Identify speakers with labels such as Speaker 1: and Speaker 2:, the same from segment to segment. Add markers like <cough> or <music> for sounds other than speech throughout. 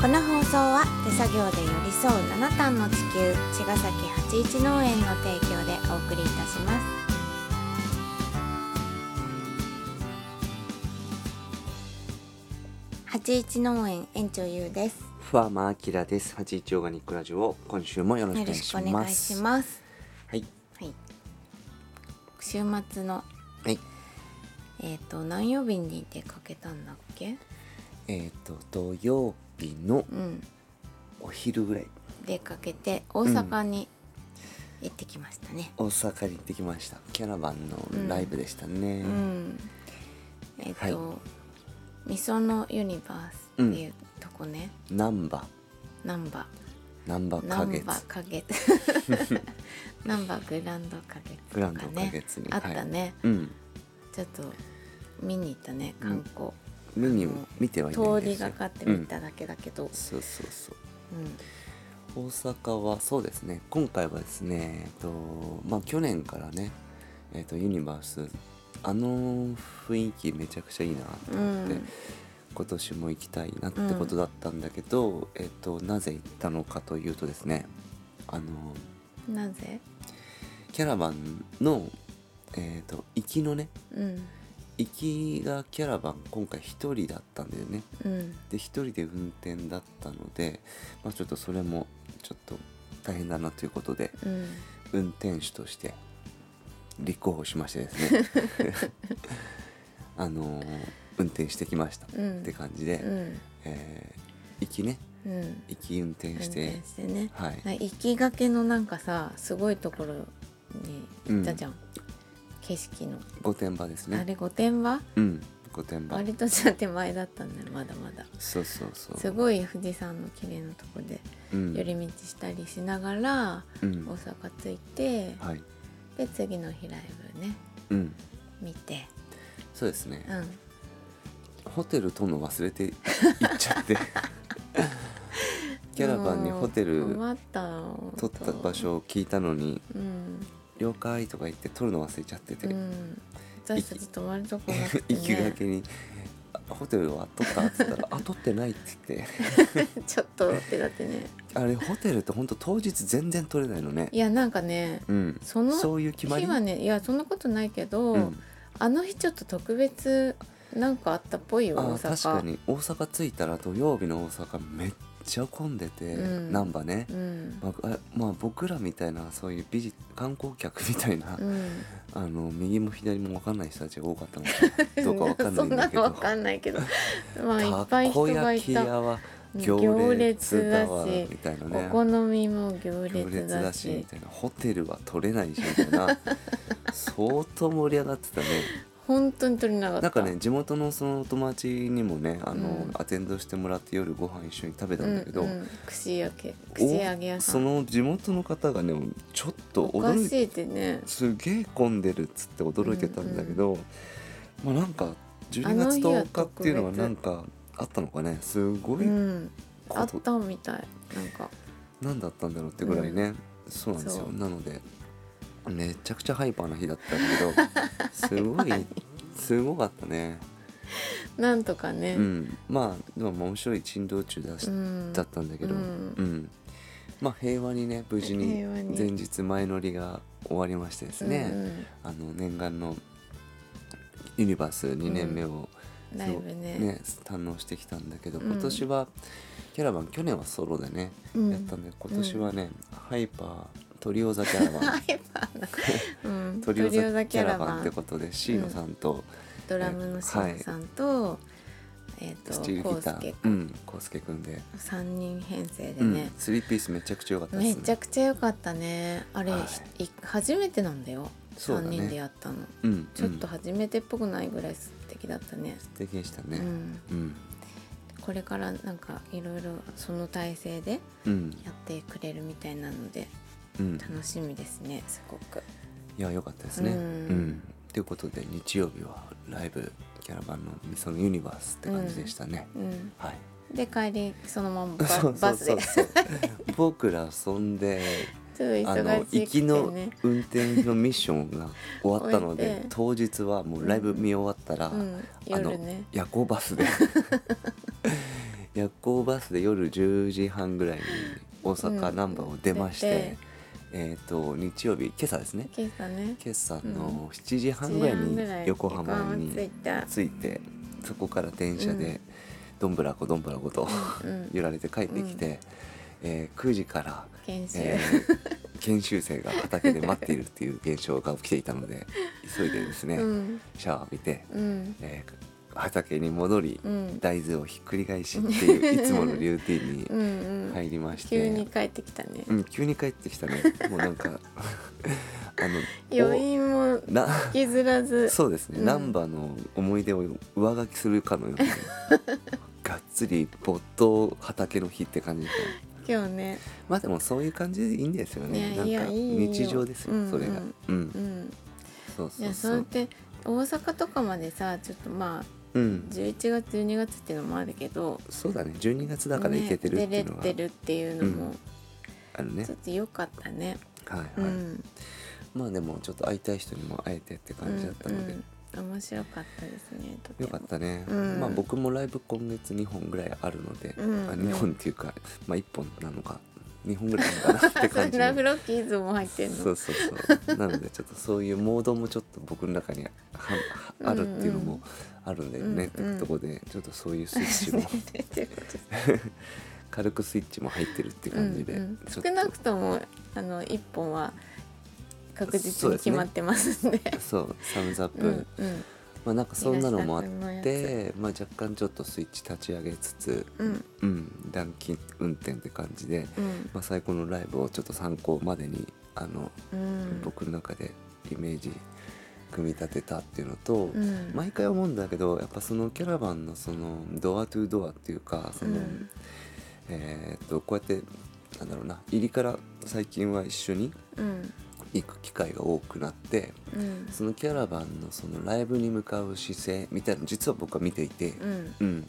Speaker 1: この放送は手作業で寄り添う七段の地球茅ヶ崎八一農園の提供でお送りいたします八一農園園長ゆうです
Speaker 2: ふわまあきらです。八一オーガニックラジオ、今週もよろ
Speaker 1: よ
Speaker 2: しくお願
Speaker 1: ろ
Speaker 2: い
Speaker 1: し
Speaker 2: し
Speaker 1: くお願
Speaker 2: ま
Speaker 1: いし
Speaker 2: す。
Speaker 1: ます
Speaker 2: はい、
Speaker 1: はい週末の
Speaker 2: はい、
Speaker 1: えっ、と何曜日に出かけたんだっけ
Speaker 2: えっ、と、土曜日の
Speaker 1: うん
Speaker 2: お昼ぐらい、
Speaker 1: 出かけて大阪に行ってきましたね、
Speaker 2: 大阪に行ってきました。キャラバンのライブでしたね。
Speaker 1: うんえっ、と、
Speaker 2: は
Speaker 1: みそのユニバースっていうとこね、
Speaker 2: 難波、
Speaker 1: 難波
Speaker 2: 難波花
Speaker 1: 難
Speaker 2: 月、
Speaker 1: 波花月
Speaker 2: <laughs>
Speaker 1: 難波グランド花月とか
Speaker 2: グラ
Speaker 1: ね
Speaker 2: ンド花月に、
Speaker 1: あったね、
Speaker 2: はい。うん、
Speaker 1: ちょっと見に行ったね観光、
Speaker 2: メニュー見てはいないん
Speaker 1: 通
Speaker 2: です
Speaker 1: りが
Speaker 2: よ
Speaker 1: かって見ただけだけど、
Speaker 2: そうそうそう。
Speaker 1: うん
Speaker 2: 大阪はそうですね今回はですね、えっとまあ、去年からね、えっとユニバースあの雰囲気めちゃくちゃいいなと思って、
Speaker 1: うん
Speaker 2: 今年も行きたいなってことだったんだけど、えっとなぜ行ったのかというとですねあの
Speaker 1: なぜ
Speaker 2: キャラバンの、えっと行きのね
Speaker 1: うん
Speaker 2: 行きがキャラバン今回1人だったんだよね。
Speaker 1: うん
Speaker 2: で一人で運転だったので、まあ、ちょっとそれもちょっと大変だなということで
Speaker 1: うん
Speaker 2: 運転手として立候補しましてですね <laughs> あのー運転してきましたっ
Speaker 1: うん
Speaker 2: て感じで、
Speaker 1: うん
Speaker 2: えー行きね
Speaker 1: うん
Speaker 2: 行き運転し
Speaker 1: 運
Speaker 2: て
Speaker 1: 転してね
Speaker 2: はい
Speaker 1: な行きがけのなんかさすごいところに行ったじゃん、景色の、
Speaker 2: 御殿場です
Speaker 1: あ
Speaker 2: ね
Speaker 1: れ御殿場
Speaker 2: うん御殿場
Speaker 1: 割とじゃ手前だったんだよまだまだ
Speaker 2: そうそうそう
Speaker 1: すごい富士山の綺麗なとこで
Speaker 2: うん
Speaker 1: 寄り道したりしながら
Speaker 2: うん
Speaker 1: 大阪着いて、
Speaker 2: はい
Speaker 1: で次の日ライブね
Speaker 2: うん
Speaker 1: 見て
Speaker 2: そうですね、
Speaker 1: うん
Speaker 2: ホテルとの忘れて行っち
Speaker 1: <laughs>
Speaker 2: ゃってキャラバンにホテル
Speaker 1: 困ったの
Speaker 2: 取った場所を聞いたのに
Speaker 1: うん
Speaker 2: 「了解」とか言って取るの忘れちゃってて、
Speaker 1: うん私たち泊まるとこなくて、
Speaker 2: <laughs> 行きが
Speaker 1: ね、
Speaker 2: けにあ「ホテルは取った?」っつったら「あ取ってない」って言って
Speaker 1: <laughs> ちょっとってだってね
Speaker 2: あれホテルってほんと当日全然取れないのね
Speaker 1: いやなんかね
Speaker 2: うん
Speaker 1: その
Speaker 2: そういう決まり
Speaker 1: 日はねいやそんなことないけど、
Speaker 2: うん、
Speaker 1: あの日ちょっと特別なんかあったっぽいよ
Speaker 2: あ
Speaker 1: 大
Speaker 2: ー確か
Speaker 1: 阪
Speaker 2: に大阪着いたら土曜日の大阪めっちゃ混んでて、
Speaker 1: うん
Speaker 2: 難波ね、
Speaker 1: うん、
Speaker 2: まあ、あまあ僕らみたいなそういう美術観光客みたいな、
Speaker 1: うん、
Speaker 2: あの右も左も分かんない人たちが多かったのかど
Speaker 1: <laughs>
Speaker 2: うか分かんないんだけ
Speaker 1: そんなの
Speaker 2: ど
Speaker 1: わかんない
Speaker 2: <laughs>
Speaker 1: けどまあいったぱい人
Speaker 2: こ
Speaker 1: がい
Speaker 2: 焼き
Speaker 1: た
Speaker 2: 屋は
Speaker 1: 行
Speaker 2: 行
Speaker 1: 列
Speaker 2: 列
Speaker 1: だ
Speaker 2: だ
Speaker 1: し
Speaker 2: わみたいな
Speaker 1: お
Speaker 2: ね
Speaker 1: 好みも行
Speaker 2: 行
Speaker 1: 列
Speaker 2: 列
Speaker 1: だ
Speaker 2: だ
Speaker 1: し
Speaker 2: しみたいなホテルは取れないしみたい
Speaker 1: <laughs>
Speaker 2: な相当盛り上がってたね
Speaker 1: 本当に取れなかった
Speaker 2: なんかね地元のそのお友達にもねあの、
Speaker 1: うん
Speaker 2: アテンドしてもらって夜ご飯一緒に食べたんだけど、
Speaker 1: うんうん、串焼け串揚げ屋
Speaker 2: お
Speaker 1: さ
Speaker 2: そ
Speaker 1: ん
Speaker 2: の地元の方がねちょっと
Speaker 1: おか
Speaker 2: 驚い
Speaker 1: しいってね
Speaker 2: すげえ混んでるっつって驚いてたんだけど、まあなんか12月10日っていうのはなんかあったのかねすご
Speaker 1: う
Speaker 2: い
Speaker 1: んあ
Speaker 2: こ
Speaker 1: っ
Speaker 2: と
Speaker 1: たみたいなんか
Speaker 2: 何だったんだろうってぐらいね、そうなんです
Speaker 1: そ
Speaker 2: よ
Speaker 1: う
Speaker 2: なのでめちゃくちゃハイパーな日だっ
Speaker 1: <laughs>
Speaker 2: たけどすご
Speaker 1: ハイパー
Speaker 2: いすごかったね、
Speaker 1: なんとかね
Speaker 2: う、ん、まあでも面白い珍道中だし、
Speaker 1: うん
Speaker 2: だったんだけど、
Speaker 1: う
Speaker 2: うんんまあ平和にね無事に
Speaker 1: 平和に
Speaker 2: 前日前乗りが終わりましてですね、
Speaker 1: うん
Speaker 2: あの念願のユニバース2年目を、
Speaker 1: うんライブね
Speaker 2: そう堪能してきたんだけど
Speaker 1: うん
Speaker 2: 今年はキャラバン去年はソロでね、
Speaker 1: うん
Speaker 2: やったんで今年はね、ハイパートリオザキャ
Speaker 1: <laughs>
Speaker 2: ラバン <laughs>
Speaker 1: うん
Speaker 2: トリオザキ
Speaker 1: ト
Speaker 2: ャラバンって
Speaker 1: リオザキャラバン
Speaker 2: ことで椎野さんと
Speaker 1: ドラムのしのさんと、えっ、
Speaker 2: スチール
Speaker 1: とこ
Speaker 2: ギ
Speaker 1: う
Speaker 2: タ
Speaker 1: す
Speaker 2: ー
Speaker 1: け
Speaker 2: うんコウスケ君で、
Speaker 1: 三人編成で
Speaker 2: うん
Speaker 1: ね、、
Speaker 2: スリーピースめちゃくちゃ良かったで
Speaker 1: め
Speaker 2: すね
Speaker 1: ちゃくちゃ良かったねあれ、
Speaker 2: は
Speaker 1: ひい初めてなんだよ
Speaker 2: そうだ
Speaker 1: 三
Speaker 2: ね
Speaker 1: 人でやったの
Speaker 2: うん、
Speaker 1: ちょっと
Speaker 2: うん
Speaker 1: 初めてっぽくないぐらい素敵だったね、
Speaker 2: 素敵でした
Speaker 1: う
Speaker 2: ね
Speaker 1: ん、
Speaker 2: うん
Speaker 1: これからなんかいろいろその体制で
Speaker 2: うん
Speaker 1: やってくれるみたいなので
Speaker 2: うん
Speaker 1: 楽しみですねすごく
Speaker 2: いや良かったですね
Speaker 1: う
Speaker 2: うんんということで日曜日はライブキャラバンの「そのユニバース」って感じでしたね、
Speaker 1: うん
Speaker 2: はい <laughs>
Speaker 1: で帰りそのままバ
Speaker 2: そうそ
Speaker 1: バ
Speaker 2: う
Speaker 1: ス
Speaker 2: そ
Speaker 1: で
Speaker 2: う
Speaker 1: ち
Speaker 2: そう僕ら遊んで
Speaker 1: ょっ
Speaker 2: あ
Speaker 1: と
Speaker 2: の
Speaker 1: 忙し
Speaker 2: 行
Speaker 1: くて
Speaker 2: きの
Speaker 1: ね
Speaker 2: 運転のミッションが終わったの
Speaker 1: <laughs> 終え
Speaker 2: で
Speaker 1: て
Speaker 2: 当日はもうライブ見終わったら、
Speaker 1: うん
Speaker 2: あの
Speaker 1: 夜ね
Speaker 2: 夜行バスで <laughs> 夜行バスで夜10時半ぐらいに大阪
Speaker 1: うん
Speaker 2: 難波を出まして
Speaker 1: 出て、
Speaker 2: えっ、と日曜日今朝ですね
Speaker 1: 今朝ね
Speaker 2: 今朝
Speaker 1: うん
Speaker 2: の7時半ぐらい
Speaker 1: 7時半
Speaker 2: に
Speaker 1: ぐらい
Speaker 2: 横浜
Speaker 1: 横浜
Speaker 2: に
Speaker 1: 着いた
Speaker 2: 着いてそこから電車でどんぶらこどんぶらこと <laughs>
Speaker 1: うん
Speaker 2: 揺られて帰ってきて、えー9時から、
Speaker 1: 研修、
Speaker 2: えー研修生が畑で待っているっていう現象が起きていたので急いでですね、
Speaker 1: うん
Speaker 2: シャワー浴びて、
Speaker 1: うん
Speaker 2: えー畑に戻り、
Speaker 1: うん
Speaker 2: 大豆をひっくり返しっていういつものルーティン
Speaker 1: <laughs>
Speaker 2: に
Speaker 1: うんうん、
Speaker 2: 入りまして、
Speaker 1: 急に帰ってきたね
Speaker 2: うん、急に帰ってきたねもうなんか <laughs> あの
Speaker 1: 余韻も
Speaker 2: おな
Speaker 1: 譲らず
Speaker 2: そうですね、
Speaker 1: うん
Speaker 2: 難波の思い出を上書きするかのよ
Speaker 1: <laughs>
Speaker 2: うにがっつり没頭畑の日って感じで
Speaker 1: 今日ね
Speaker 2: まあでもそういう感じでいいんですよね
Speaker 1: ね
Speaker 2: なん
Speaker 1: い
Speaker 2: か
Speaker 1: やいいよ
Speaker 2: 日常ですよ
Speaker 1: うん
Speaker 2: それが
Speaker 1: うん
Speaker 2: うん
Speaker 1: うん
Speaker 2: そう
Speaker 1: い
Speaker 2: そ
Speaker 1: や
Speaker 2: う
Speaker 1: そう
Speaker 2: そ
Speaker 1: やっ
Speaker 2: う
Speaker 1: て大阪とかまでさちょっとまあ
Speaker 2: うん
Speaker 1: 11月12月っていうのもあるけど
Speaker 2: そうだね12月だからいけてるっていうの
Speaker 1: ね
Speaker 2: が
Speaker 1: 出れてるっていうのも、
Speaker 2: あるね
Speaker 1: ちょっと良かったね、
Speaker 2: はいうはい
Speaker 1: ん、
Speaker 2: まあでもちょっと会いたい人にも会えてって感じだったので、
Speaker 1: うんうん面白かったですねとて
Speaker 2: よ
Speaker 1: も
Speaker 2: かったね、
Speaker 1: うん
Speaker 2: まあ僕もライブ今月2本ぐらいあるので、
Speaker 1: うん
Speaker 2: あ2本っていうか、まあ、1本なのか2本ぐらいなのかな
Speaker 1: <laughs>
Speaker 2: って感じ
Speaker 1: ラフロ
Speaker 2: の
Speaker 1: ッキーズも入ってんの <laughs>
Speaker 2: そうそうそうなのでちょっとそういうモードもちょっと僕の中にははあるっていうのもあるんだよね、
Speaker 1: うんうん
Speaker 2: ってとこでちょっとそういうスイ
Speaker 1: <laughs>
Speaker 2: ッチも軽くスイッチも入ってるって感じで、
Speaker 1: うんうん
Speaker 2: ちょっと
Speaker 1: 少なくともあの1本は確実に決まってますんで
Speaker 2: そうサムズアップ、
Speaker 1: うんうん
Speaker 2: まあなんかそんなのもあっ
Speaker 1: 東田君のや
Speaker 2: て、まあ、若干ちょっとスイッチ立ち上げつつ、
Speaker 1: つうん
Speaker 2: うん、暖気運転って感じで、
Speaker 1: うん
Speaker 2: まあ、最高のライブをちょっと参考までにあの、
Speaker 1: うん
Speaker 2: 僕の中でイメージ組み立てたっていうのと、
Speaker 1: うん
Speaker 2: 毎回思うんだけどやっぱそのキャラバンのそのドアトゥドアっていうかその、
Speaker 1: うん
Speaker 2: えーっとこうやってなんだろうな入りから最近は一緒に
Speaker 1: うん
Speaker 2: 行く機会が多くなって
Speaker 1: うん
Speaker 2: そのキャラバンのそのライブに向かう姿勢みたいなの実は僕は見ていて、
Speaker 1: うん
Speaker 2: うん、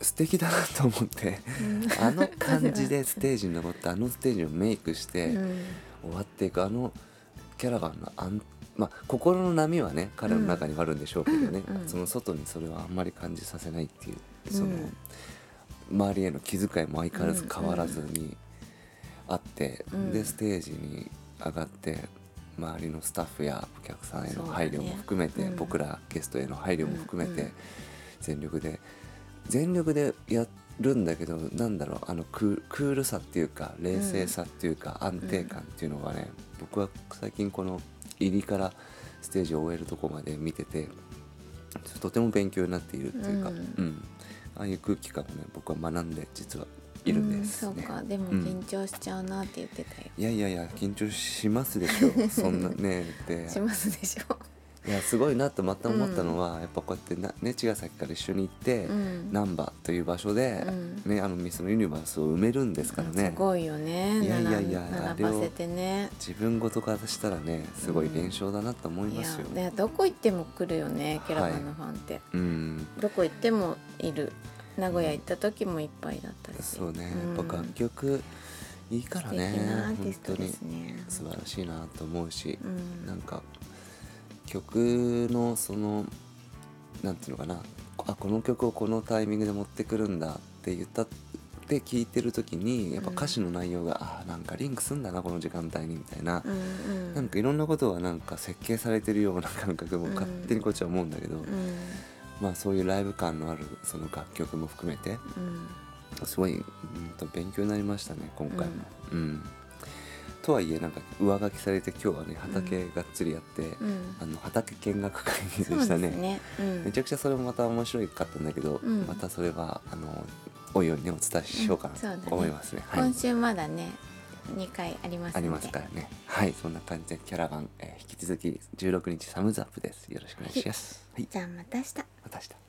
Speaker 2: 素敵だなと思
Speaker 1: <laughs>
Speaker 2: って。あの感じでステージに登ってあのステージをメイクして
Speaker 1: う
Speaker 2: 終
Speaker 1: ん
Speaker 2: わっていくあのキャラバンのあん、まあ、心の波はね彼の中にはあるんでしょうけどね、
Speaker 1: うん
Speaker 2: その外にそれはあんまり感じさせないっていうその、
Speaker 1: うん
Speaker 2: 周りへの気遣いも相変わらず変わらずにあって、
Speaker 1: うん
Speaker 2: でステージに上がって周りのスタッフやお客さんへの配慮も含めて、
Speaker 1: そうだねうん
Speaker 2: 僕らゲストへの配慮も含めて、
Speaker 1: うんうん
Speaker 2: 全力で全力でやるんだけどなんだろうあのククールさっていうか冷静さっていうか安定感っていうのがね、僕は最近この入りからステージを終えるとこまで見ててとても勉強になっているっていうか、
Speaker 1: う
Speaker 2: うんんああいう空気感をね僕は学んで実はいるんです、ね
Speaker 1: うんそうかでも
Speaker 2: うん
Speaker 1: 緊張しちゃうなって言ってたよ
Speaker 2: いやいやいや緊張しますでし
Speaker 1: <laughs>
Speaker 2: ょそんなねで
Speaker 1: しますでしょ
Speaker 2: いやすごいなとまた思ったのは、やっぱこうやってなね茅ヶ崎から一緒に行って、
Speaker 1: うん
Speaker 2: 難波という場所で、
Speaker 1: う
Speaker 2: ねあのミスのユニバースを埋めるんですからね
Speaker 1: す、ごいよね
Speaker 2: いやいやいや
Speaker 1: 並
Speaker 2: あ
Speaker 1: 並
Speaker 2: れを
Speaker 1: ばせてね
Speaker 2: 自分ごとからしたらねすごい連勝だなと思い
Speaker 1: い
Speaker 2: ま
Speaker 1: や
Speaker 2: すよ、
Speaker 1: でどこ行っても来るよねキャラバンのファンって、
Speaker 2: うん
Speaker 1: どこ行ってもいる名古屋行った時もいっぱいだったし
Speaker 2: そうね
Speaker 1: ん
Speaker 2: やっぱ楽曲いいからね
Speaker 1: 素敵なアーティ
Speaker 2: 本
Speaker 1: ス
Speaker 2: 当
Speaker 1: トで
Speaker 2: に
Speaker 1: すね
Speaker 2: 素晴らしいなと思うし、
Speaker 1: うん
Speaker 2: なんか曲のそのなんていうのかなあこの曲をこのタイミングで持ってくるんだって言ったって聞いてる時にやっぱ歌詞の内容が、あーなんかリンクすんだなこの時間帯にみたいな、
Speaker 1: うんうん
Speaker 2: なんかいろんなことはなんか設計されてるような感覚も
Speaker 1: うん
Speaker 2: 勝手にこっちは思うんだけど、
Speaker 1: うん
Speaker 2: まあそういうライブ感のあるその楽曲も含めて
Speaker 1: うん
Speaker 2: すごいうんと勉強になりましたね今回も。うんとはいえなんか上書きされて今日はね畑がっつりやって、
Speaker 1: うん
Speaker 2: あの畑見学会で
Speaker 1: そうで
Speaker 2: し
Speaker 1: す
Speaker 2: た
Speaker 1: ね
Speaker 2: ね
Speaker 1: うん
Speaker 2: めちゃくちゃそれもまた面白かったんだけど、
Speaker 1: うん
Speaker 2: またそれはあのおいおいねお伝えしようかな
Speaker 1: うんそうだね
Speaker 2: と思いますね。はい
Speaker 1: 今週まだね2回あります
Speaker 2: あ
Speaker 1: ので
Speaker 2: りますからね。はい、そんな感じでキャラバン、えー引き続き16日サムズアップです。よろしくお願いします。はい、
Speaker 1: じゃあまた明日
Speaker 2: また明日。